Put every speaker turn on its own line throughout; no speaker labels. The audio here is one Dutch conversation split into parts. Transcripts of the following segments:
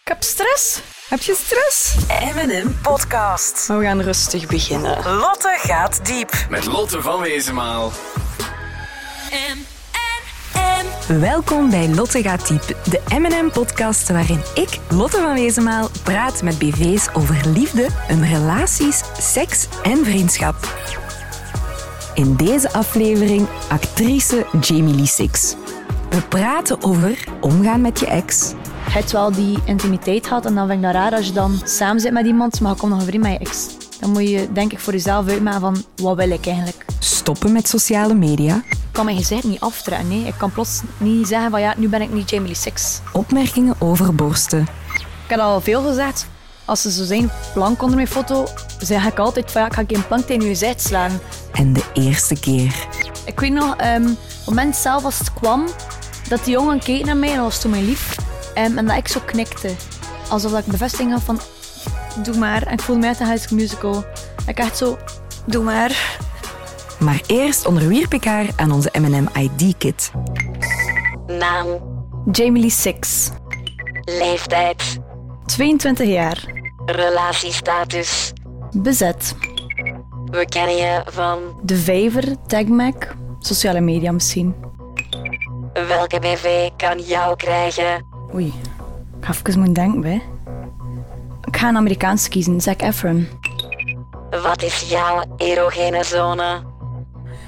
Ik heb stress. Heb je stress?
M&M Podcast.
Maar we gaan rustig beginnen.
Lotte gaat diep.
Met Lotte van Wezenmaal.
Welkom bij Lotte gaat diep, de M&M podcast waarin ik, Lotte van Wezenmaal, praat met BV's over liefde, hun relaties, seks en vriendschap. In deze aflevering actrice Jamie Lee Six. We praten over omgaan met je ex,
het wel die intimiteit had. En dan vind ik dat raar als je dan samen zit met iemand, maar je komt nog een vriend met je ex. Dan moet je denk ik voor jezelf uitmaken van wat wil ik eigenlijk.
stoppen met sociale media,
Ik kan mijn gezicht niet aftrekken. Nee. Ik kan plots niet zeggen van ja, nu ben ik niet Jamie Lee Six.
opmerkingen over borsten,
Ik heb al veel gezegd. Als ze zo zijn plank onder mijn foto, zeg ik altijd van ja, ik ga geen plank tegen je gezicht slaan.
en de eerste keer.
Ik weet nog, ehm, op het moment zelf als het kwam, dat die jongen keek naar mij en dat was toen mijn lief. Ehm, en dat ik zo knikte. Alsof dat ik bevestiging had van, doe maar. En ik voelde mij uit een High School Musical. Ik echt zo, doe maar.
Maar eerst onderwierp ik haar aan onze M&M ID-kit.
Naam,
Jamie Lee Six,
leeftijd,
22 jaar,
relatiestatus.
bezet,
We kennen je van
de vijver, tagmac, sociale media misschien.
welke BV kan jou krijgen?
Oei, ik ga even moeten denken, hè. Ik ga een Amerikaans kiezen, Zac Efron.
Wat is jouw erogene zone?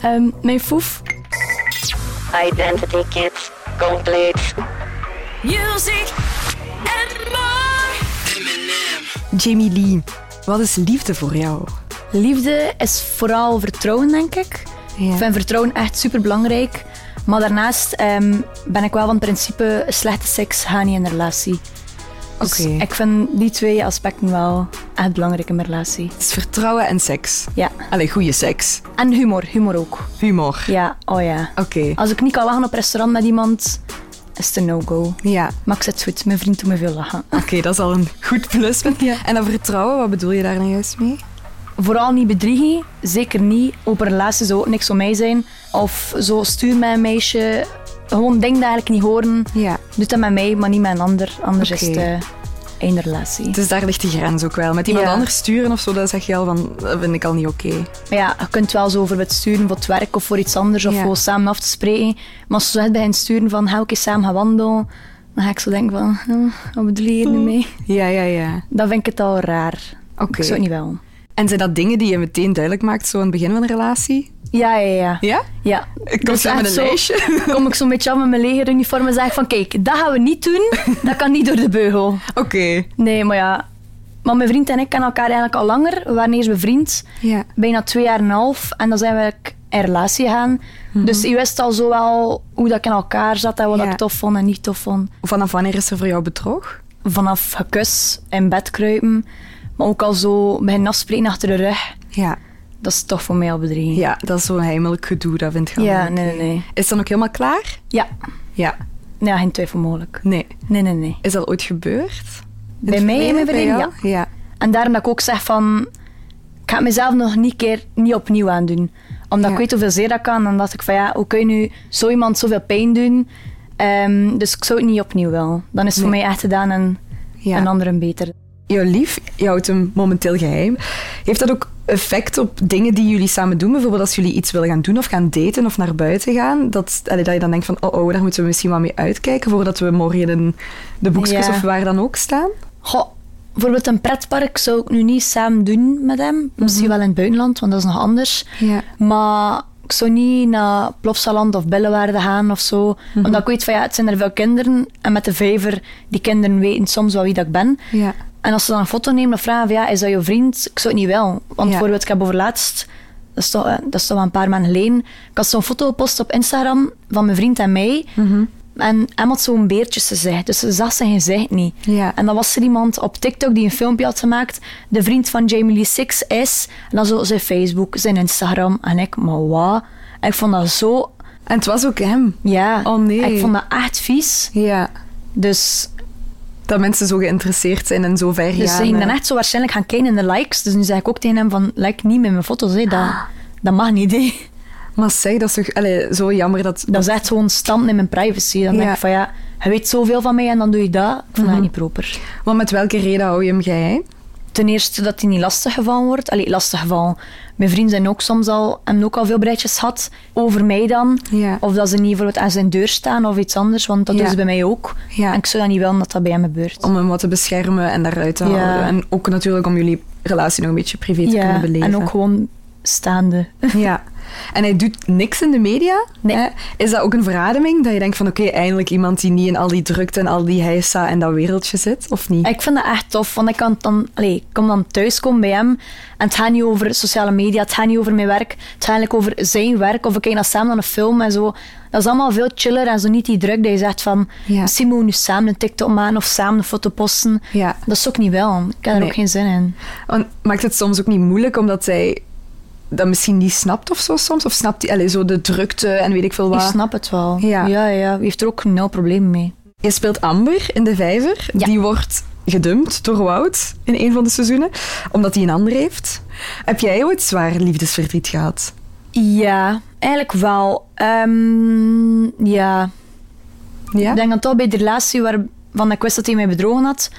Ehm, mijn foef,
Identity kit, compleet.
Jamie Lee, wat is liefde voor jou?
Liefde is vooral vertrouwen, denk ik.
Ja.
Ik vind vertrouwen echt super belangrijk. Maar daarnaast ehm, ben ik wel van het principe slechte seks gaat niet in een relatie. Dus
Oké.
ik vind die twee aspecten wel echt belangrijk in mijn relatie.
Het is vertrouwen en seks.
Ja.
Allee, goede seks.
En humor, humor ook.
Humor.
Ja, oh ja.
Oké.
Als ik niet kan lachen op restaurant met iemand, is het een no-go.
Ja,
Maar ik zit goed, mijn vriend doet me veel lachen.
oké, dat is al een goed pluspunt. En dat vertrouwen, wat bedoel je daar nou juist mee?
Vooral niet bedriegen, zeker niet. Open relatie zou ook niks van mij zijn. Of zo stuur mij een meisje. Gewoon dingen die eigenlijk niet horen.
Ja.
Doe dat met mij, maar niet met een ander. Anders is het
Oké.
eh, einde relatie.
Dus daar ligt de grens ook wel. Met iemand
Ja.
anders sturen of zo, dat zeg je al van, dat vind ik al niet oké.
Maar ja, je kunt wel zo voor het sturen voor het werk of voor iets anders. Of
Ja.
gewoon samen af te spreken. Maar als ze zo het bij hen sturen van, ga ik eens samen gaan wandelen? Dan ga ik zo denken van, hm, wat bedoel je hier nu mee?
Ja, ja, ja.
Dan vind ik het al raar.
Oké.
Ik zou het niet wel.
En zijn dat dingen die je meteen duidelijk maakt, zo aan het begin van een relatie?
Ja, ja, ja.
Ja?
Ja.
Ik kom
Dus
zo met
echt
een lijstje.
Kom ik zo'n beetje af met mijn legeruniform en zeg ik van kijk, dat gaan we niet doen. Dat kan niet door de beugel.
Oké.
Nee, maar ja. Maar mijn vriend en ik kennen elkaar eigenlijk al langer. We waren eerst bevriend.
Ja.
Bijna twee jaar en een half. En dan zijn we eigenlijk in relatie gegaan. Dus je wist al zo wel hoe dat ik in elkaar zat en wat
Mhm. Ja.
ik tof vond en niet tof vond.
Vanaf wanneer is er voor jou bedrog?
Vanaf gekus, in bed kruipen. Maar ook al zo mijn afspreken achter de rug.
Ja.
Dat is toch voor mij al bedreiging.
Ja, dat is zo'n heimelijk gedoe, dat vind ik allemaal
Ja,
oké.
nee, nee, nee.
Is het dan ook helemaal klaar?
Ja.
Ja.
Ja, geen twijfel mogelijk.
Nee.
Nee, nee, nee.
Is dat ooit gebeurd? In
Bij
het
mij en
verleden,
mijn vriendin,
bij
ja.
jou? Ja.
En daarom dat ik ook zeg van... Ik ga het mezelf nog niet, keer, niet opnieuw aandoen. Omdat
Ja.
ik weet hoeveel zeer dat kan. En dan dacht ik van ja, hoe kun je nu zo iemand zoveel pijn doen? Ehm, dus ik zou het niet opnieuw wel. Dan is het voor
Nee.
mij echt gedaan en
Ja.
een ander een beter.
Jouw lief, je houdt hem momenteel geheim. Heeft dat ook effect op dingen die jullie samen doen? Bijvoorbeeld als jullie iets willen gaan doen of gaan daten of naar buiten gaan. Dat, allee, dat je dan denkt van, oh, oh, daar moeten we misschien wel mee uitkijken voordat we morgen in de boekjes
Ja.
of waar dan ook staan.
Goh, bijvoorbeeld een pretpark zou ik nu niet samen doen met hem. Misschien wel in het buitenland, want dat is nog anders.
Mhm. Ja.
Maar ik zou niet naar Plopsaland of Bellewaarde gaan of zo.
Mhm.
Omdat ik weet van ja, het zijn er veel kinderen. En met de vijver, die kinderen weten soms wel wie dat ik ben.
Ja.
En als ze dan een foto nemen, dan vragen van ja, is dat jouw vriend? Ik zou het niet wel. Want bijvoorbeeld, ik heb overlaatst, dat is, toch, eh, dat is toch wel een paar maanden geleden, ik had zo'n foto gepost op Instagram van mijn vriend en mij.
Mhm.
En hem had zo'n beertjes gezegd, dus ze zag zijn gezicht niet.
Ja.
En dan was er iemand op TikTok die een filmpje had gemaakt. De vriend van Jamie Lee Six is. En dan zo zijn Facebook, zijn Instagram. En ik, maar wat? En ik vond dat zo...
En het was ook hem.
Ja.
Oh, nee.
Ik vond dat echt vies.
Ja.
Dus
Dat mensen zo geïnteresseerd zijn en zo ver
Dus
gaan.
ze ging dan
eh.
echt zo waarschijnlijk
Ah.
gaan kijken in de likes. Dus nu zeg ik ook tegen hem van, like niet met mijn foto's. Hè. Dat, dat mag niet, hè.
Maar zeg, dat is toch allee, zo jammer dat...
Dat is echt gewoon stampen in mijn privacy. Dan denk
Ja. Mhm.
ik van ja, hij weet zoveel van mij en dan doe je dat. Ik vind dat niet proper.
Want met welke reden hou je hem geheim?
Ten eerste dat hij niet lastig gevallen wordt. Allee, lastig gevallen. Mijn vrienden zijn ook soms al, hebben ook al veel berichtjes gehad over mij dan.
Ja.
Of dat ze niet bijvoorbeeld aan zijn deur staan of iets anders, want dat
Ja.
doen ze bij mij ook.
Ja.
En ik zou dat niet willen dat dat bij hem gebeurt.
Om hem wat te beschermen en daaruit te
Ja.
houden. En ook natuurlijk om jullie relatie nog een beetje privé te kunnen beleven.
en ook gewoon staande.
Ja. En hij doet niks in de media.
Nee.
hè? Is dat ook een verademing? Dat je denkt van oké, eindelijk iemand die niet in al die drukte en al die heisa en dat wereldje zit, of niet?
Ik vind dat echt tof, want ik kan het dan, allee, ik kom dan thuiskomen bij hem en het gaat niet over sociale media, het gaat niet over mijn werk, het gaat eigenlijk over zijn werk of we kijken naar samen naar een film en zo. Dat is allemaal veel chiller en zo niet die druk dat je zegt van
Ja.
misschien moeten we nu samen een TikTok maken of samen een foto posten.
Ja.
Dat is ook niet wel, ik heb er
Nee.
ook geen zin in.
Want maakt het soms ook niet moeilijk omdat hij dat misschien niet snapt of zo soms? Of snapt hij allee, zo de drukte en weet ik veel
Ik
wat?
snap het wel.
Ja.
ja, ja. Hij heeft er ook nul probleem mee.
Je speelt Amber in de vijver.
Ja.
Die wordt gedumpt door Wout in een van de seizoenen, omdat hij een ander heeft. Heb jij ooit zwaar liefdesverdriet gehad?
Ja, eigenlijk wel. Ehm, ja,
Ja?
Ik denk dat toch bij de relatie waarvan ik wist dat hij mij bedrogen had,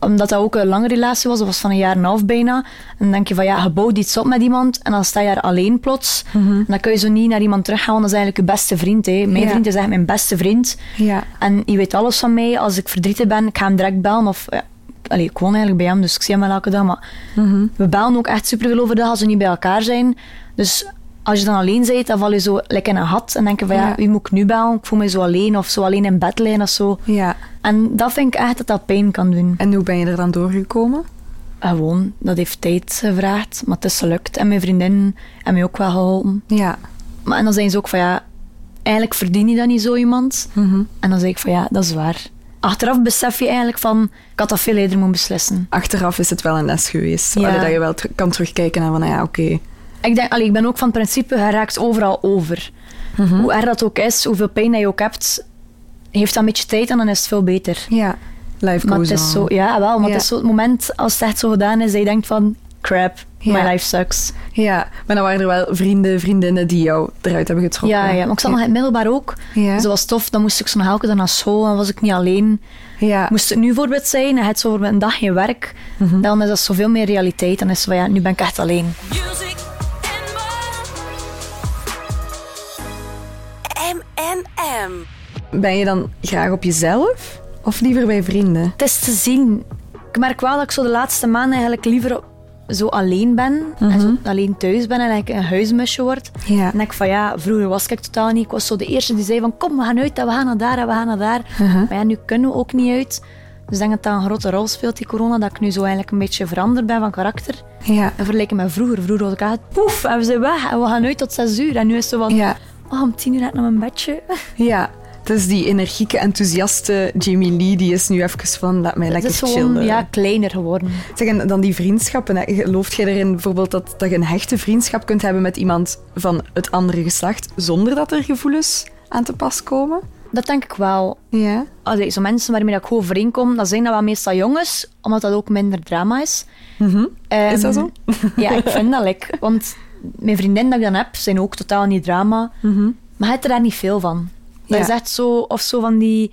omdat dat ook een lange relatie was, dat was van een jaar en een half bijna. En dan denk je van ja, je bouwt iets op met iemand en dan sta je daar alleen plots. En dan kun je zo niet naar iemand teruggaan, want dat is eigenlijk je beste vriend. Hè. Mijn
Mhm. Ja.
vriend is echt mijn beste vriend.
Ja.
En die weet alles van mij. Als ik verdrietig ben, ik ga hem direct bellen. Of, ja, allee, ik woon eigenlijk bij hem, dus ik zie hem wel elke dag. Maar we bellen ook echt superveel overdag als we niet bij elkaar zijn. Dus als je dan alleen bent, dan val je zo lekker in een gat. En denk je van ja,
Ja.
wie moet ik nu bellen? Ik voel me zo alleen. Of zo alleen in bed liggen of zo.
Ja.
En dat vind ik echt dat dat pijn kan doen.
En hoe ben je er dan doorgekomen?
Gewoon, dat heeft tijd gevraagd. Maar het is gelukt. En mijn vriendin heeft mij ook wel geholpen.
Ja.
Maar, en dan zijn ze ook van ja, eigenlijk verdien je dat niet zo iemand.
Mhm.
En dan zeg ik van ja, dat is waar. Achteraf besef je eigenlijk van, ik had dat veel eerder moeten beslissen.
Achteraf is het wel een les geweest.
Ja.
Allee, dat je wel ter- kan terugkijken naar van, nou ja, oké.
Ik denk, allee, ik ben ook van het principe, hij raakt overal over.
Mhm.
Hoe erg dat ook is, hoeveel pijn dat je ook hebt, heeft dat een beetje tijd en dan is het veel beter.
Ja. Life
Maar
goes
het is
on.
zo, ja, wel, maar
Ja.
het is zo het moment als het echt zo gedaan is, dat je denkt van, crap,
Ja.
my life sucks.
Ja, maar dan waren er wel vrienden, vriendinnen die jou eruit hebben getrokken.
Ja, ja, maar ik zat nog in het middelbaar ook.
Ja.
Dus dat was tof, dan moest ik zo nog elke dag naar school en was ik niet alleen.
Ja.
Moest het nu voorbeeld zijn, en het zo voor een dag geen werk, dan is dat zoveel meer realiteit. Dan is het van ja, nu ben ik echt alleen.
Music and more.
M&M.
Ben je dan graag op jezelf of liever bij vrienden?
Het is te zien. Ik merk wel dat ik zo de laatste maanden eigenlijk liever zo alleen ben. En zo alleen thuis ben en eigenlijk een huismusje word.
Ja.
En denk ik van ja, vroeger was ik totaal niet. Ik was zo de eerste die zei van kom, we gaan uit en we gaan naar daar en we gaan naar daar. Maar ja, nu kunnen we ook niet uit. Dus ik denk dat dat een grote rol speelt, die corona. Dat ik nu zo eigenlijk een beetje veranderd ben van karakter.
Ja.
En vergeleken met vroeger. Vroeger was ik altijd poef en we zijn weg en we gaan uit tot zes uur. En nu is het zo van,
Ja.
oh, om tien uur net naar mijn bedje.
Ja. Dus die energieke, enthousiaste Jamie Lee, die is nu even van, laat mij
Het
lekker
is gewoon
chillen.
ja, kleiner geworden.
Zeg, en dan die vriendschappen. hè. Gelooft jij erin bijvoorbeeld dat, dat je een hechte vriendschap kunt hebben met iemand van het andere geslacht, zonder dat er gevoelens aan te pas komen?
Dat denk ik wel.
Ja.
Allee, zo mensen waarmee ik goed overeenkom, dat zijn dat wel meestal jongens, omdat dat ook minder drama is. Ehm,
Mhm. Is dat zo?
Ja, ik vind dat lekker. Want mijn vriendinnen die ik dan heb, zijn ook totaal niet drama. Maar je hebt er daar niet veel van. Dat
Mhm. Ja.
is echt zo, of zo van die...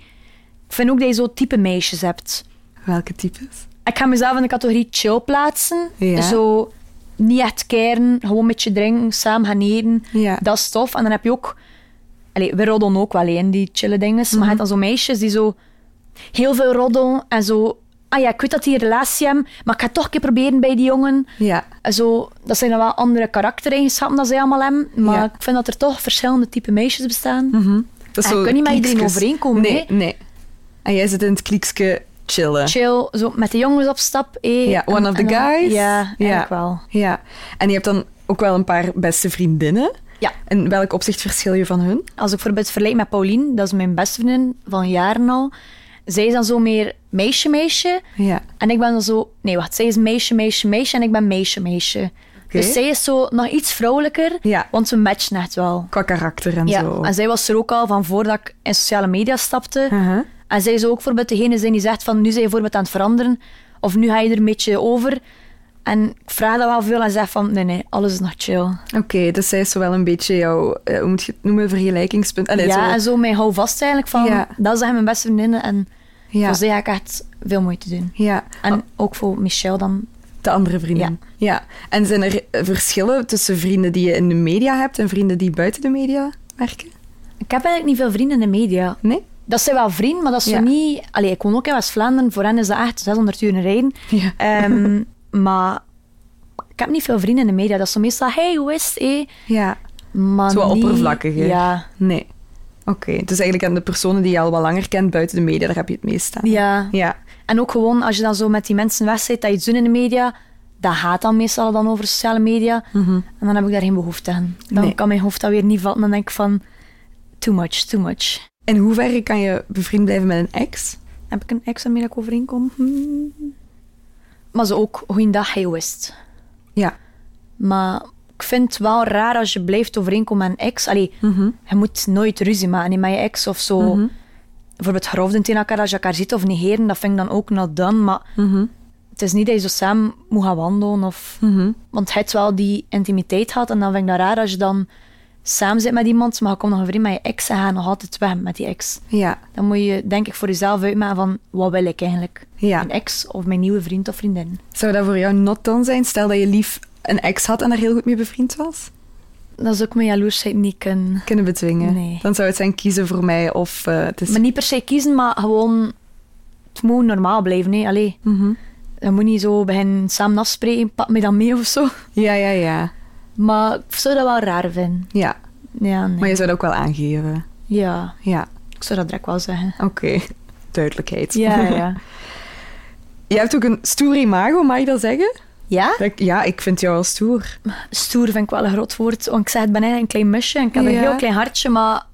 Ik vind ook dat je zo type meisjes hebt.
Welke types?
Ik ga mezelf in de categorie chill plaatsen.
Ja.
Zo niet echt keren, gewoon met je drinken, samen gaan eten.
Ja.
Dat is tof. En dan heb je ook... Allee, we roddelen ook wel in die chille dingen.
Mhm.
Maar je hebt dan zo meisjes die zo heel veel roddelen en zo... Ah ja, ik weet dat die een relatie hebben, maar ik ga het toch een keer proberen bij die jongen.
Ja.
En Zo, dat zijn dan wel andere karaktereigenschappen dat zij allemaal hebben. Maar
Ja. Mhm.
ik vind dat er toch verschillende type meisjes bestaan.
Dat
Ah, je kunt niet met iedereen
kliekskes.
overeenkomen,
Nee,
hè?
nee. En jij zit in het kliekske chillen.
Chill, zo met de jongens op stap. eh.
Ja,
En-
one of the
en dan-
guys.
Ja, eigenlijk wel.
Ja. En je hebt dan ook wel een paar beste vriendinnen.
Ja.
In welk opzicht verschil je van hun?
als ik bijvoorbeeld vergelijk met Paulien, dat is mijn beste vriendin van jaren al. Zij is dan zo meer meisje, meisje.
Ja.
En ik ben dan zo, nee wacht, zij is meisje, meisje, meisje en ik ben meisje, meisje. Dus zij is zo nog iets vrouwelijker,
Ja.
want we matchen echt wel.
Qua karakter en
Ja,
zo.
en zij was er ook al van voordat ik in sociale media stapte.
Uh-huh.
En zij zou ook bijvoorbeeld degene zijn die zegt van nu zijn je bijvoorbeeld aan het veranderen. Of nu ga je er een beetje over. En ik vraag dat wel veel en zeg van, nee, nee, alles is nog chill.
Oké, dus zij is zo wel een beetje jouw, eh, hoe moet je het noemen, vergelijkingspunt. Allee,
ja,
zo-
en zo mij hou vast eigenlijk van,
Ja.
dat zijn mijn beste vriendinnen. En
ja. Oh.
voor zij ga ik echt veel moeite doen.
ja.
En ook voor Michelle dan.
De andere vrienden. Ja. En zijn er eh, verschillen tussen vrienden die je in de media hebt en vrienden die buiten de media werken?
Ik heb eigenlijk niet veel vrienden in de media.
Nee?
Dat zijn wel vrienden, maar dat is
Ja.
zo niet... Allee, ik woon ook in West-Vlaanderen. Voor hen is dat echt 600 uur rijden.
Ja.
Ehm, maar ik heb niet veel vrienden in de media. Dat is zo meestal, hey, hoe is het? eh?"
Ja.
Maar
Het is wel
niet-
oppervlakkig, hè?
Ja.
Nee. Oké. Dus eigenlijk aan de personen die je al wat langer kent buiten de media, daar heb je het meest aan.
ja.
Ja.
En ook gewoon, als je dan zo met die mensen weg zit, dat je iets doet in de media, dat gaat dan meestal dan over sociale media. En dan heb ik daar geen behoefte aan. Dan
Mhm. Nee.
kan mijn hoofd dat weer niet vatten. Dan denk ik van, too much, too much.
In hoeverre kan je bevriend blijven met een ex?
Heb ik een ex waarmee ik overeenkom? Hmm. Maar ze ook, goeiedag, hey, hoe is het?
Ja.
Maar ik vind het wel raar als je blijft overeenkomen met een ex. Allee, je moet nooit ruzie maken met je ex of zo. Bijvoorbeeld grofden tegen elkaar als je elkaar ziet of negeren, dat vind ik dan ook not done. Maar het is niet dat je zo samen moet gaan wandelen. Of, Want hij hebt wel die intimiteit gehad en dan vind ik dat raar als je dan samen zit met iemand, maar je komt nog overeen met je ex en je gaat nog altijd weg met die ex.
Ja.
Dan moet je denk ik voor jezelf uitmaken van wat wil ik eigenlijk?
Ja.
Mijn ex of mijn nieuwe vriend of vriendin?
Zou dat voor jou not dan zijn? Stel dat je lief een ex had en daar heel goed mee bevriend was?
Dat is ook mijn jaloersheid niet kunnen.
Kunnen bedwingen.
Nee.
Dan zou het zijn kiezen voor mij of eh, het is...
Maar niet per se kiezen, maar gewoon... Het moet normaal blijven, hè. Allee. Je moet niet zo beginnen samen afspreken, pak me dan mee of zo.
Ja, ja, ja.
Maar ik zou dat wel raar vinden.
Ja.
Ja, nee.
Maar je zou dat ook wel aangeven.
Ja,
Ja.
ik zou dat direct wel zeggen.
Oké. Duidelijkheid.
Ja, ja.
Je hebt ook een stoer imago, mag je dat zeggen?
Ja?
Dat ik- Ja, ik vind jou wel stoer.
Stoer vind ik wel een groot woord. Want ik zeg, het ben eigenlijk een klein musje en ik heb
Ja.
een heel klein hartje. Maar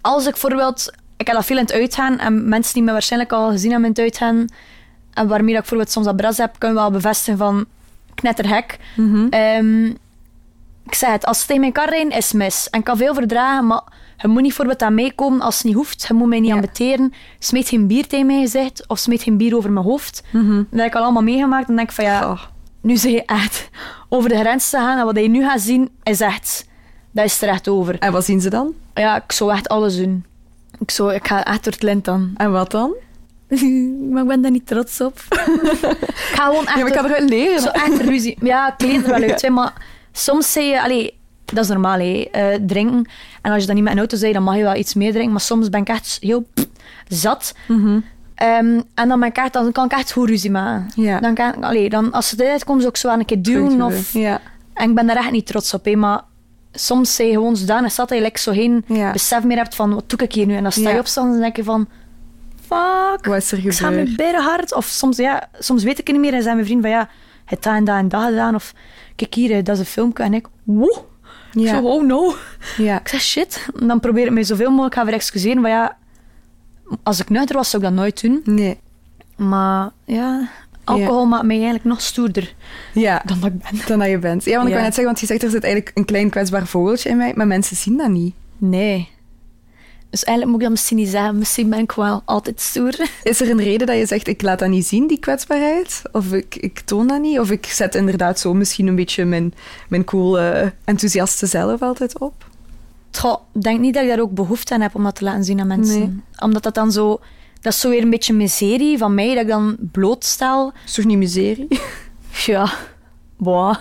als ik bijvoorbeeld... Ik heb dat veel in het uitgaan. En mensen die me waarschijnlijk al gezien hebben in het uitgaan... En waarmee dat ik bijvoorbeeld soms dat bras heb, kunnen wel bevestigen van... Knetterhek. Ehm, ik zei het, als het in mijn kar rijden, is mis. En ik kan veel verdragen, maar je moet niet voor wat aan mij komen als het niet hoeft. Je moet mij niet
Ja.
ambeteren. Smeet geen bier tegen mijn gezicht of smeet geen bier over mijn hoofd. Dat heb ik al allemaal meegemaakt. Dan denk ik van ja,
Oh.
nu zeg je echt over de grens te gaan. En wat je nu gaat zien, is echt... Dat is er echt over.
En wat zien ze dan?
Ja, ik zou echt alles doen. Ik, zou, ik ga echt door het lint dan.
En wat dan?
maar ik ben daar niet trots op. ik ga gewoon echt...
Ja, maar ik
door-
kan eruit leren.
zo echt ruzie. Ja, ik leen er wel uit, hè, maar soms zei je... Allee, dat is normaal, hè, eh, drinken. En als je dan niet met een auto zei, dan mag je wel iets meer drinken. Maar soms ben ik echt heel pff, zat.
Mhm.
Ehm, en dan, ben ik echt, dan kan ik echt goed ruzie maken.
Ja.
Dan kan, ik- allee, dan, als ze eruit komt, zou ik zo aan een keer duwen.
Puntje
Of,
weer. Ja.
En ik ben daar echt niet trots op, hè, maar soms zijn je gewoon zodanig zat dat je like, zo geen
Ja.
besef meer hebt van wat doe ik hier nu? En dan sta je
Ja.
op en denk je van... Fuck,
Wat is er
ik ga mijn
gebeurd?
beren hard. Of soms, ja, soms weet ik het niet meer en zijn mijn vriend van ja, het dat en dat en dat gedaan. Of kijk hier, eh, dat is een filmpje. En ik, wow. Ik
Ja.
zo, oh no.
Ja.
Ik zeg shit. En dan probeer ik me zoveel mogelijk gaan verexcuseren. Maar ja, als ik nuchter was, zou ik dat nooit doen.
Nee.
Maar ja, alcohol maakt mij eigenlijk nog stoerder
Ja.
dan dat ik ben.
Dan dat je bent. Ja, want ik
Ja.
wou net zeggen, want je zegt er zit eigenlijk een klein kwetsbaar vogeltje in mij, maar mensen zien dat niet.
Nee. Dus eigenlijk moet ik dat misschien niet zeggen. Misschien ben ik wel altijd stoer.
Is er een reden dat je zegt, ik laat dat niet zien, die kwetsbaarheid? Of ik, ik toon dat niet? Of ik zet inderdaad zo misschien een beetje mijn, mijn cool, eh, enthousiaste zelf altijd op?
Goh, ik denk niet dat ik daar ook behoefte aan heb om dat te laten zien aan mensen.
Nee.
Omdat dat dan zo... Dat is zo weer een beetje miserie van mij, dat ik dan blootstel.
Is toch niet miserie?
Ja, boah.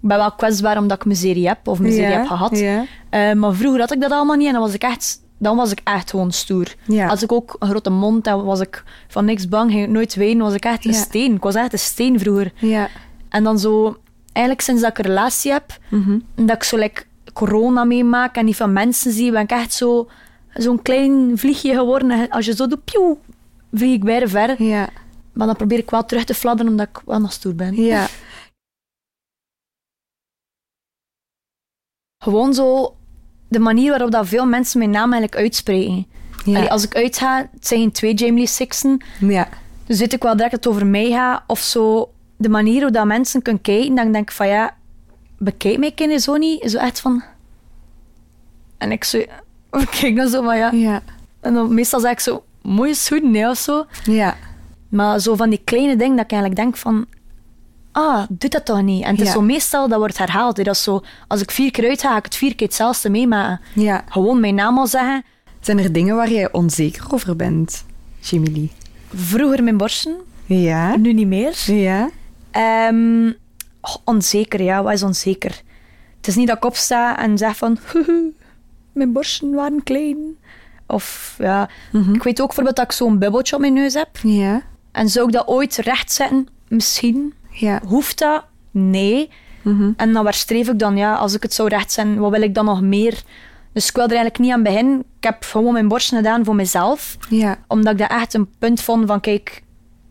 Ik ben wel kwetsbaar omdat ik miserie heb, of miserie
Ja,
heb gehad.
ja.
Eh, maar vroeger had ik dat allemaal niet en dan was ik echt, dan was ik echt gewoon stoer.
Ja.
Als ik ook een grote mond had, was ik van niks bang, ging ik nooit wenen, was ik echt een
Ja.
steen. Ik was echt een steen vroeger.
Ja.
En dan zo, eigenlijk sinds dat ik een relatie heb,
Mhm.
dat ik zo like, corona meemaak en die van mensen zie, ben ik echt zo, zo'n klein vliegje geworden. En als je zo doet, pioe, vlieg ik weer ver.
Ja.
Maar dan probeer ik wel terug te fladderen omdat ik wel nog stoer ben.
Ja.
Gewoon zo de manier waarop dat veel mensen mijn naam eigenlijk uitspreken.
Ja.
Allee, als ik uitga, het zijn geen twee Jamie Lee Sixen,
ja.
dus weet ik wel direct dat het over mij gaat. Of zo de manier hoe dat mensen kunnen kijken, dan denk ik van ja, bekijk mij kinderen zo niet. Zo echt van... En ik zo... Ik kijk dan zo van ja.
Ja.
En dan meestal zeg ik zo, mooie schoenen, nee, of zo.
Ja.
Maar zo van die kleine dingen dat ik eigenlijk denk van... ah, doe dat toch niet. En het
Ja.
is zo meestal, dat wordt herhaald. hè. Dat is zo, als ik vier keer uit ga, ga ik het vier keer hetzelfde meemaken.
Ja.
Gewoon mijn naam al zeggen.
Zijn er dingen waar jij onzeker over bent, Jimmy Lee?
Vroeger mijn borsten,
Ja?
nu niet meer.
Ja?
Ehm, oh, onzeker, ja. Wat is onzeker? Het is niet dat ik opsta en zeg van... "Huhu, mijn borsten waren klein. Of ja... Ik weet ook bijvoorbeeld dat ik zo'n bubbeltje op mijn neus heb.
Ja?
En zou ik dat ooit rechtzetten? Misschien.
Ja.
Hoeft dat? Nee. En dan waar streef ik dan? Ja, als ik het zou rechtzetten, wat wil ik dan nog meer? Dus ik wil er eigenlijk niet aan beginnen. Ik heb gewoon mijn borsten gedaan voor mezelf
Ja.
omdat ik dat echt een punt vond van kijk,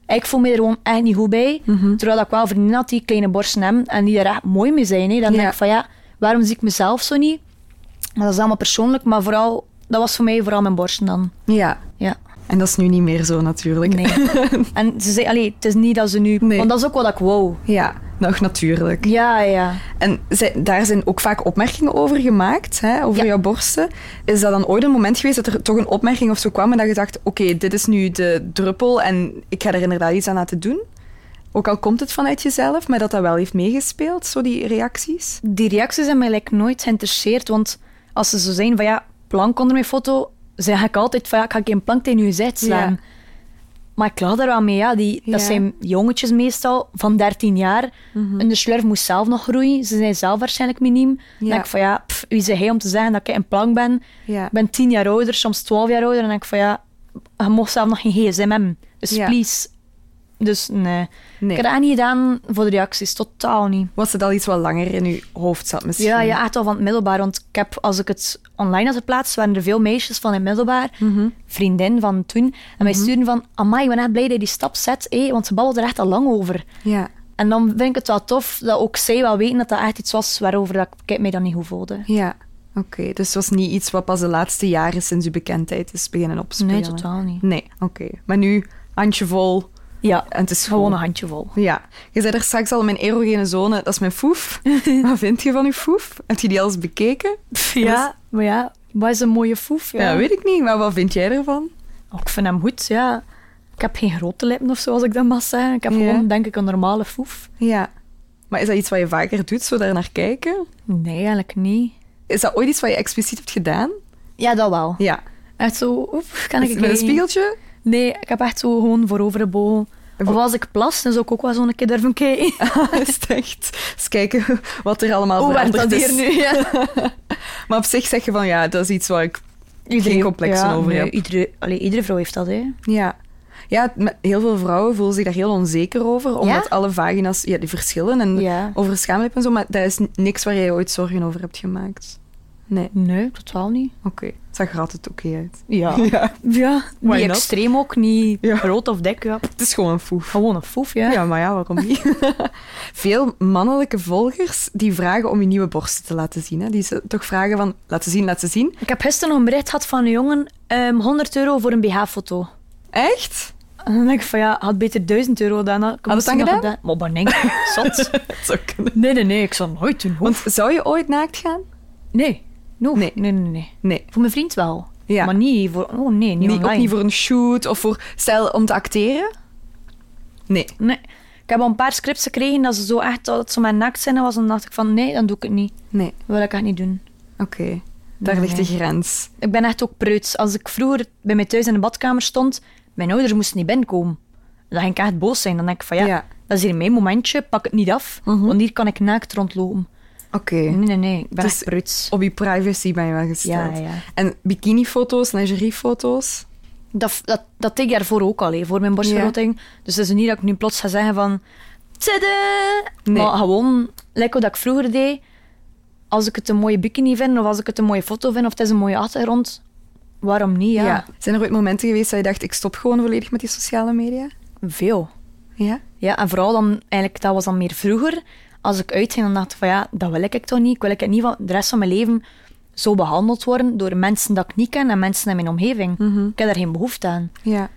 ik voel me er gewoon echt niet goed bij.
Mhm.
Terwijl dat ik wel vrienden had die kleine borsten hebben en die er echt mooi mee zijn. Hè. Dan
Ja.
denk ik van ja, waarom zie ik mezelf zo niet? Maar dat is allemaal persoonlijk, maar vooral, dat was voor mij vooral mijn borsten dan.
Ja.
Ja.
En dat is nu niet meer zo natuurlijk.
Nee. en ze zei, allee, het is niet dat ze nu...
Nee.
Want dat is ook wat ik wou.
Ja, nog natuurlijk.
Ja, ja.
En zij- daar zijn ook vaak opmerkingen over gemaakt, hè, over
Ja.
jouw borsten. Is dat dan ooit een moment geweest dat er toch een opmerking of zo kwam en dat je dacht, oké, dit is nu de druppel en ik ga er inderdaad iets aan laten doen? Ook al komt het vanuit jezelf, maar dat dat wel heeft meegespeeld, zo die reacties.
Die reacties zijn mij like, nooit geïnteresseerd, want als ze zo zijn van ja, plank onder mijn foto, zeg ik altijd van ja, ik ga geen plank tegen je gezicht slaan.
Ja.
Maar ik lag daar wel mee, ja. Die, Dat
Ja. Mhm.
zijn jongetjes meestal van 13 jaar. En de slurf moest zelf nog groeien. Ze zijn zelf waarschijnlijk miniem. Dan
Ja.
denk ik van ja, pff, wie zei hij om te zeggen dat ik een plank ben?
Ja.
Ik ben 10 jaar ouder, soms 12 jaar ouder. En dan denk ik van ja, je mocht zelf nog geen gsm hebben. Dus
Ja.
please. Dus nee.
Nee.
Ik heb dat echt niet gedaan voor de reacties, totaal niet.
Was het al iets wat langer in je hoofd zat misschien?
Ja, ja, echt al van het middelbaar. Want ik heb, als ik het online had geplaatst, waren er veel meisjes van het middelbaar, vriendin van toen. En wij sturen van, amai, ik ben echt blij dat je die stap zet, hé, want ze babbelt er echt al lang over.
Ja,
En dan vind ik het wel tof dat ook zij wel weten dat dat echt iets was waarover dat ik mij dan niet goed voelde.
ja. Oké, dus het was niet iets wat pas de laatste jaren sinds je bekendheid is beginnen opspelen?
Nee, totaal niet.
Nee, oké. Maar nu, handjevol.
Ja,
En het is
gewoon
goed.
een handjevol.
Ja, je zei er straks al, mijn erogene zone, dat is mijn foef. Wat vind je van je foef? Heb je die al eens bekeken?
Ja, Dus- maar ja, wat is een mooie foef.
Ja, weet ik niet, maar wat vind jij ervan?
Oh, ik vind hem goed, ja. Ik heb geen grote lippen of zo, als ik dat mag zeggen. Ik heb
Ja.
gewoon, denk ik, een normale foef.
Ja. Maar is dat iets wat je vaker doet, zo daar naar kijken?
Nee, eigenlijk niet.
Is dat ooit iets wat je expliciet hebt gedaan?
Ja, dat wel.
Ja.
Echt zo, oef, kan ik
Is- Met een spiegeltje?
Nee, ik heb echt zo gewoon voorover gebogen. Of als ik plas, dan zou ik ook wel zo'n keer durven kijken.
Ah, is het echt eens kijken wat er allemaal
Hoe werkt dat
veranderd
hier
is.
nu? Ja.
Maar op zich zeg je van, ja, dat is iets waar ik geen complexen
ja,
over
nee,
heb.
Iedere, allee, iedere vrouw heeft dat, hè.
Ja. Ja, me- heel veel vrouwen voelen zich daar heel onzeker over, omdat alle vagina's ja, die verschillen en
Ja.
over schaamlip en zo, maar daar is n- niks waar jij ooit zorgen over hebt gemaakt. Nee,
Nee, totaal niet.
oké. Zag er altijd oké uit.
Ja. Ja, niet
not?
extreem ook, niet
Ja.
rood of dik. Ja.
Het is gewoon een foef.
Gewoon een foef, ja.
Oh, Ja, maar ja, waarom niet? Veel mannelijke volgers die vragen om je nieuwe borsten te laten zien. Hè. Die ze toch vragen van, laten zien, laten zien.
Ik heb gisteren nog een bericht gehad van een jongen, ehm 100 euro voor een BH-foto.
Echt?
En dan denk ik van, ja, had beter 1000 euro dan. Had
het dan gedaan?
Maar ben ik, zot.
Dat zou kunnen.
Nee, nee, nee, ik zal nooit doen.
Want zou je ooit naakt gaan?
Nee. No.
Nee.
Nee. nee, nee, nee.
Nee.
Voor mijn vriend wel.
Ja.
Maar niet voor... Oh nee, niet
Niet, ook
online.
niet voor een shoot of voor, stel, om te acteren? Nee.
Nee. Ik heb al een paar scripts gekregen dat ze zo echt dat ze mijn naakt zijn. en was, dan dacht ik van nee, dan doe ik het niet.
Nee.
Dat wil ik echt niet doen.
Oké, daar
Nee,
ligt de
nee.
grens.
Ik ben echt ook preuts. Als ik vroeger bij mij thuis in de badkamer stond, mijn ouders moesten niet binnenkomen. Dan ging ik echt boos zijn. Dan denk ik van ja,
Ja. Mhm.
dat is hier mijn momentje, pak het niet af. Want hier kan ik naakt rondlopen.
Oké.
Nee, nee, nee, ik ben
Dus
echt preuts.
Op je privacy ben je wel
Ja,
gesteld.
ja.
En bikinifoto's, lingeriefoto's?
Dat, dat, dat deed ik daarvoor ook al, hè, voor mijn borstvergroting. Dus het is niet dat ik nu plots ga zeggen van... Tada!
Nee.
Maar gewoon, lekker dat ik vroeger deed. Als ik het een mooie bikini vind, of als ik het een mooie foto vind, of het is een mooie achtergrond. Waarom niet, ja?
Zijn er ooit momenten geweest dat je dacht, ik stop gewoon volledig met die sociale media?
Veel.
Ja.
Ja, en vooral dan, eigenlijk, dat was dan meer vroeger. Als ik uitging, dan dacht ik van ja, dat wil ik toch niet. Ik wil ik het niet van de rest van mijn leven zo behandeld worden door mensen dat ik niet ken en mensen in mijn omgeving. Ik heb daar geen behoefte aan.
Ja.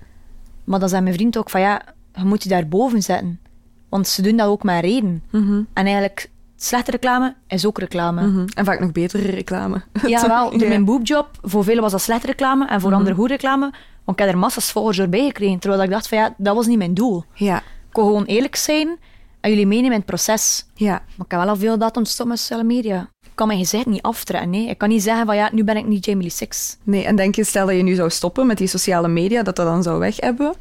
Maar dan zei mijn vriend ook van ja, je moet je daarboven zetten. Want ze doen dat ook met een reden. En eigenlijk, slechte reclame is ook reclame.
Mhm. En vaak nog betere reclame.
Ja, wel, door
Ja. Mhm.
mijn boobjob, voor velen was dat slechte reclame en voor anderen goede reclame. Want ik heb er massas volgers door bijgekregen. Terwijl ik dacht van ja, dat was niet mijn doel.
Ja.
Ik wil gewoon eerlijk zijn en jullie meenemen in het proces.
Ja.
Maar ik kan wel al veel datum stoppen met sociale media. Ik kan mijn gezicht niet aftrekken. Nee. Ik kan niet zeggen van ja, nu ben ik niet Jamie Lee Six.
Nee, en denk je, stel dat je nu zou stoppen met die sociale media, dat dat dan zou weg hebben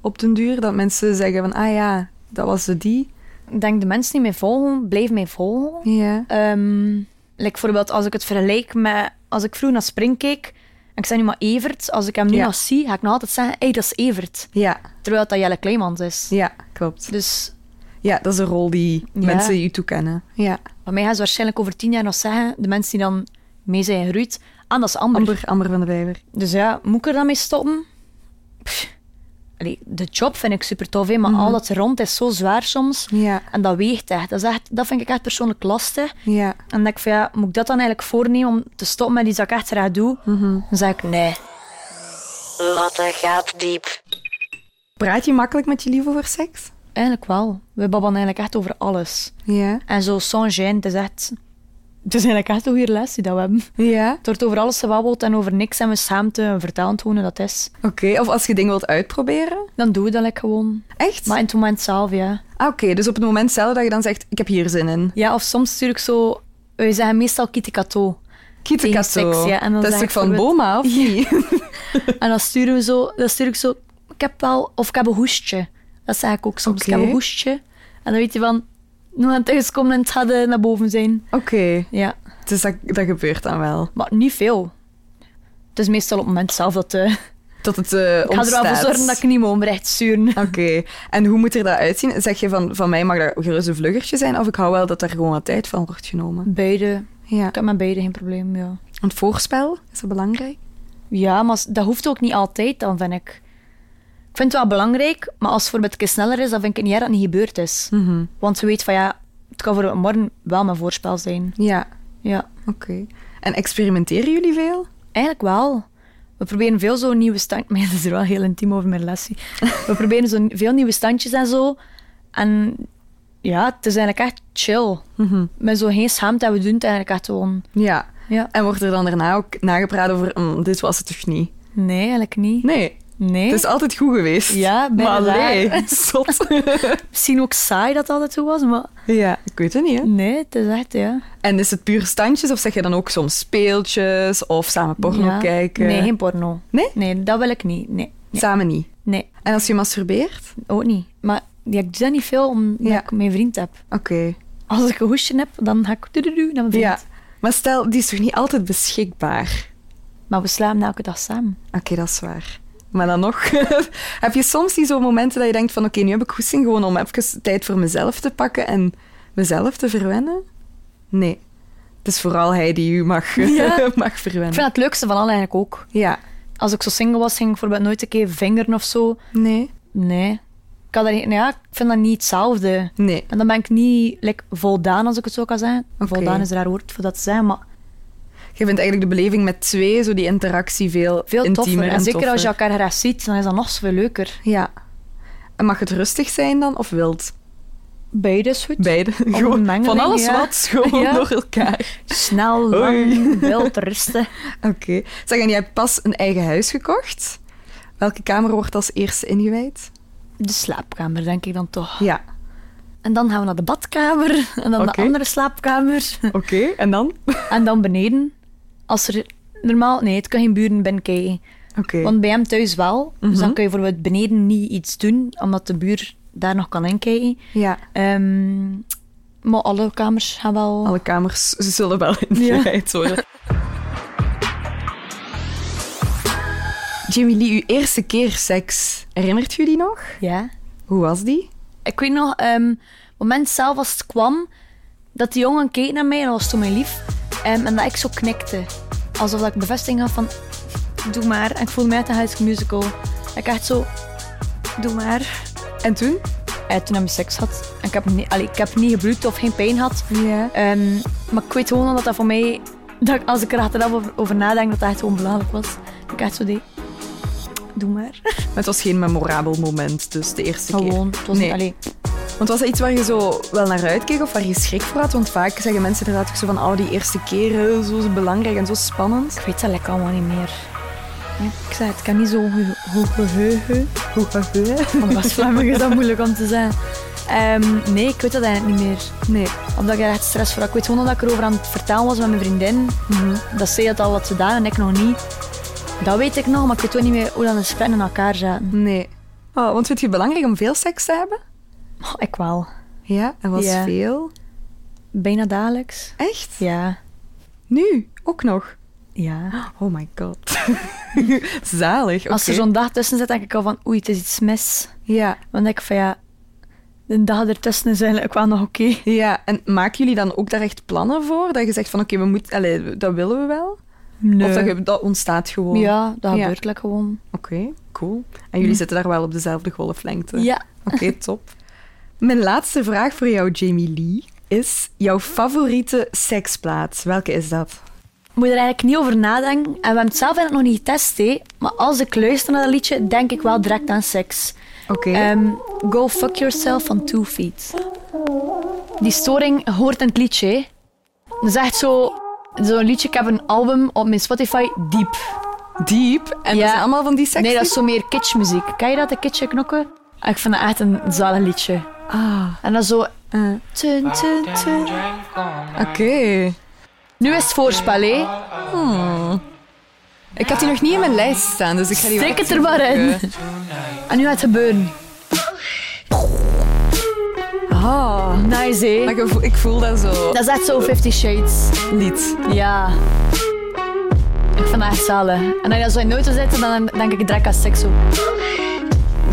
op den duur? Dat mensen zeggen van, ah ja, dat was de die.
Ik denk de mensen die mij volgen, blijven mij volgen.
Ja.
Ehm, like bijvoorbeeld als ik het vergelijk met... Als ik vroeger naar Spring keek, en ik zei nu maar Evert. Als ik hem nu
Ja.
nog zie, ga ik nog altijd zeggen, hey, dat is Evert.
Ja,
Terwijl dat Jelle Kleimans is.
ja, klopt.
Dus
Ja, dat is een rol die
Ja.
mensen je toekennen. Ja.
bij mij gaan ze waarschijnlijk over tien jaar nog zeggen, de mensen die dan mee zijn geroeid, aan dat is Amber.
Amber, Amber van de Vijver.
Dus ja, moet ik er dan mee stoppen? Pff. Allee, de job vind ik super tof, hè, maar al dat rond is zo zwaar soms.
Mhm. Ja.
En dat weegt echt. Dat, is echt. dat vind ik echt persoonlijk lastig.
Ja.
En dan denk ik van ja, moet ik dat dan eigenlijk voornemen om te stoppen met iets dat ik echt graag doe? Dan zeg ik nee.
Lotte gaat diep.
Praat je makkelijk met je lief over seks?
Eigenlijk wel. We babbelen eigenlijk echt over alles.
Ja.
En zo sans gêne, het is echt... Het is eigenlijk echt een goede les die dat we hebben.
Ja.
Het wordt over alles gewabbeld en over niks en we schaamte en vertellen het gewoon hoe dat is.
Oké, of als je dingen wilt uitproberen?
Dan doen we dat like gewoon.
Echt?
Maar in het moment zelf, ja.
Ah, Oké, dus op het moment zelf dat je dan zegt, ik heb hier zin in.
Ja, of soms natuurlijk zo... Wij zeggen meestal kitty kato.
Kietekato.
Tegen seks, ja, en dan
dat
zeg
is
ik
stuk van
bijvoorbeeld-
Boma, of niet?
En dan sturen we zo... Dan stuur ik zo... Ik heb wel... Of ik heb een hoestje. Dat zeg ik ook soms. Ik heb
Oké.
een hoestje. En dan weet je van... Nu gaan thuis komen en het gaat eh, naar boven zijn.
Oké,
Ja.
dus dat, dat gebeurt dan wel.
Maar niet veel. Het is meestal op het moment zelf dat... eh,
Dat het eh
ik ga er wel voor zorgen dat ik niet meer omrecht sturen.
Oké, en hoe moet er dat uitzien? Zeg je van, van mij mag dat gerust een vluggertje zijn, of ik hou wel dat er gewoon wat tijd van wordt genomen?
Beide.
Ja.
Ik heb met beide geen probleem, ja.
Een voorspel, is dat belangrijk?
Ja, maar s- dat hoeft ook niet altijd dan, vind ik. Ik vind het wel belangrijk, maar als het voor een keer sneller is, dan vind ik het niet erg dat het niet gebeurd is. Want je weet van ja, het kan voor morgen wel mijn voorspel zijn.
Ja,
Ja,
oké. En experimenteren jullie veel?
eigenlijk wel. We proberen veel zo nieuwe standjes... Maar dat is er wel heel intiem over mijn relatie. We proberen zo veel nieuwe standjes en zo. En ja, het is eigenlijk echt chill.
Mhm.
Met zo geen schaamte en we doen het eigenlijk echt gewoon.
Ja.
Ja.
En wordt er dan daarna ook nagepraat over, "Mm, dit was het toch niet?
Nee, eigenlijk niet.
Nee,
Nee.
het is altijd goed geweest.
Ja, bijna
Maar
waar.
allee, zot.
Misschien ook saai dat dat het zo was, maar
ja, ik weet het niet, hè.
nee, het is echt, ja.
En is het puur standjes of zeg je dan ook soms speeltjes of samen porno
Ja.
kijken?
Nee, geen porno.
Nee?
Nee, dat wil ik niet. Nee, nee,
Samen niet.
nee,
En als je masturbeert?
ook niet. Maar ja, ik doe dat niet veel omdat
Ja.
ik mijn vriend heb.
Oké.
Als ik een hoesje heb, dan ga ik du-du-du naar mijn vriend.
Ja. Maar stel, die is toch niet altijd beschikbaar?
Maar we slaan elke dag samen.
Oké, dat is waar. Maar dan nog, heb je soms die zo'n momenten dat je denkt van oké, nu heb ik goesting gewoon om even tijd voor mezelf te pakken en mezelf te verwennen? Nee. Het is vooral hij die u mag,
Ja.
mag verwennen.
Ik vind het leukste van al eigenlijk ook.
Ja.
Als ik zo single was, ging ik bijvoorbeeld nooit een keer vingeren of zo.
Nee.
Nee. Ik, had daar geen- ja, ik vind dat niet hetzelfde.
Nee.
En dan ben ik niet like, voldaan, als ik het zo kan zeggen.
Oké.
Voldaan is een raar woord voor dat te zeggen, maar
Je vindt eigenlijk de beleving met twee, zo die interactie veel,
veel
intiemer
toffer. En,
en
zeker als je
toffer.
elkaar graag ziet, dan is dat nog zoveel leuker.
Ja. En mag het rustig zijn dan of wild?
Beide is goed.
Beide. Gewoon
mengeling,
van alles
ja.
wat, gewoon
Ja.
door elkaar.
Snel,
Oei.
lang, wild, rusten.
Oké. Zeg, en jij hebt pas een eigen huis gekocht. Welke kamer wordt als eerste ingewijd?
De slaapkamer, denk ik dan toch.
Ja.
En dan gaan we naar de badkamer. En dan
Oké.
de andere slaapkamer.
Oké, en dan? Oké.
En dan beneden. Als er... Normaal, nee, het kan geen buren binnenkijken. Want bij hem thuis wel. Dus dan kun je bijvoorbeeld beneden niet iets doen, omdat de buur daar nog kan inkijken.
Ja.
Ehm, maar alle kamers gaan wel...
Alle kamers ze zullen wel ingewijd worden. Jamie Lee, uw eerste keer seks. Herinnert u die nog?
Ja.
Hoe was die?
Ik weet nog, ehm, het moment zelf als het kwam, dat die jongen keek naar mij en dat was toen mijn lief. ehm, en dat ik zo knikte. Alsof dat ik bevestiging had van, doe maar. En ik voelde mij uit een High School musical. Ik echt zo, doe maar.
En toen?
En toen heb ik seks had. En ik heb niet, allee, ik heb niet gebloed of geen pijn gehad.
Ja.
Ehm, maar ik weet gewoon dat dat voor mij, dat ik- als ik er achteraf over, over nadenk, dat dat echt gewoon belangrijk was. Dat ik echt zo deed, doe maar.
Maar het was geen memorabel moment, dus de eerste keer.
Gewoon, het was
Nee.
niet, allee,
Want was dat iets waar je zo wel naar uitkeek of waar je schrik voor had? Want vaak zeggen mensen inderdaad ook zo van, oh, die eerste keer, eh, zo belangrijk en zo spannend.
Ik weet dat lekker allemaal niet meer. Ja, ik zei het, ik heb niet zo'n goed geheugen.
Hoe gaat het?
Want dat is Vlaming is dat moeilijk om te zeggen. Ehm, nee, ik weet dat eigenlijk niet meer.
Nee.
Omdat ik daar echt stress voor had. Ik weet gewoon dat ik erover aan het vertellen was met mijn vriendin. Dat zij het al had gedaan en ik nog niet. Dat weet ik nog, maar ik weet ook niet meer hoe dan de sprekken in elkaar zaten.
Nee. Oh, want vind je het belangrijk om veel seks te hebben?
Oh, ik wel.
Ja, en was
Ja.
veel.
Bijna dagelijks.
Echt?
Ja.
Nu? Ook nog?
Ja.
Oh my god. Zalig.
Als er
oké.
zo'n dag tussen zit, denk ik al van oei, het is iets mis.
Ja.
Want dan denk ik van ja, de dag ertussen is eigenlijk wel nog oké.
Ja, en maken jullie dan ook daar echt plannen voor? Dat je zegt van oké, we moeten, allee, dat willen we wel? Of dat, je, dat ontstaat gewoon?
Ja, dat
Ja.
gebeurt like gewoon.
Oké, Mhm. cool. En jullie zitten daar wel op dezelfde golflengte?
Ja.
Oké, top. Mijn laatste vraag voor jou, Jamie Lee, is jouw favoriete seksplaats. Welke is dat?
Moet je er eigenlijk niet over nadenken. En we hebben het zelf eigenlijk nog niet getest, hè. Maar als ik luister naar dat liedje, denk ik wel direct aan seks.
Oké.
Ehm, Go Fuck Yourself van Two Feet. Die storing hoort in het liedje, hè. Dat is echt zo... Zo'n liedje, ik heb een album op mijn Spotify, Diep.
Diep. En dat
Ja.
zijn allemaal van die seks.
Nee, dat is zo meer kitschmuziek. Ken je dat, de kitschje knokken? Ik vind dat echt een zalig liedje.
Ah,
En dan zo...
eh,
Tun, tun, tun.
oké.
Nu is het voorspel, hè.
Ik had die nog niet in mijn lijst staan, dus ik ga die wel
Stik het
even
er maar in.
opzoeken.
En nu gaat het gebeuren.
Ah,
Nice,
maar
hè.
ik voel, ik voel dat zo.
Dat is echt zo Fifty Shades.
lied.
Ja. Ik vind dat echt zalig. En als je dat zo in de auto zit, dan denk ik direct aan seks ook.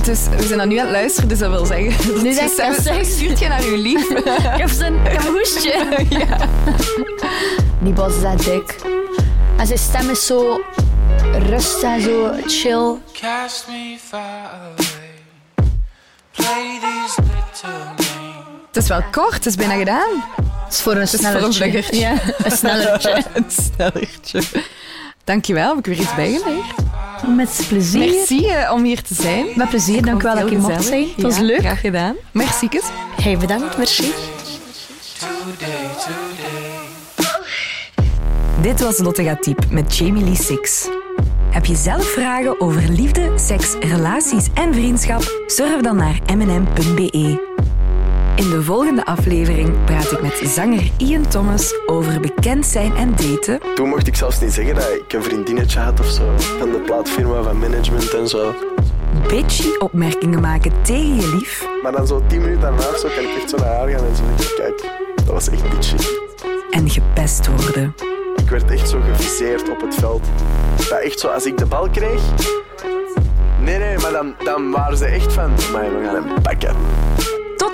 Dus we zijn dan nu aan het luisteren, dus dat wil zeggen. Dat
Nu denk
je
ik aan
zelf-
seks.
Stuurt je naar je lief?
Ik heb zin, ik heb een hoestje. Die bos is echt dik. En zijn stem is zo rustig en zo chill.
Cast me far away. Play these little games.
Het is wel kort, het is bijna gedaan.
Het is voor een
is voor een
snellertje.
vluggertje.
ja, een snellertje.
Een snellertje. Dankjewel, heb ik weer iets bijgeleerd.
Met plezier.
Merci eh, om hier te zijn.
Met plezier, dank u wel dat ik hier mocht zijn. Het was
Ja,
leuk.
Graag gedaan. Merci, kus.
Hey, bedankt, merci.
Today, today.
Dit was Lotte Gatiep met Jamie Lee Six. Heb je zelf vragen over liefde, seks, relaties en vriendschap? Surf dan naar mnm.be. E. In de volgende aflevering praat ik met zanger Ian Thomas over bekend zijn en daten.
Toen mocht ik zelfs niet zeggen dat ik een vriendinnetje had of zo. Van de plaatfirma, van management en zo.
bitchy opmerkingen maken tegen je lief
Maar dan zo tien minuten daarna of zo kan ik echt zo naar haar gaan en zeggen, kijk, dat was echt bitchy.
en gepest worden.
Ik werd echt zo geviseerd op het veld. Dat echt zo, als ik de bal kreeg... Nee, nee, maar dan, dan waren ze echt van, maar we gaan hem pakken.
Tot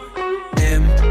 M.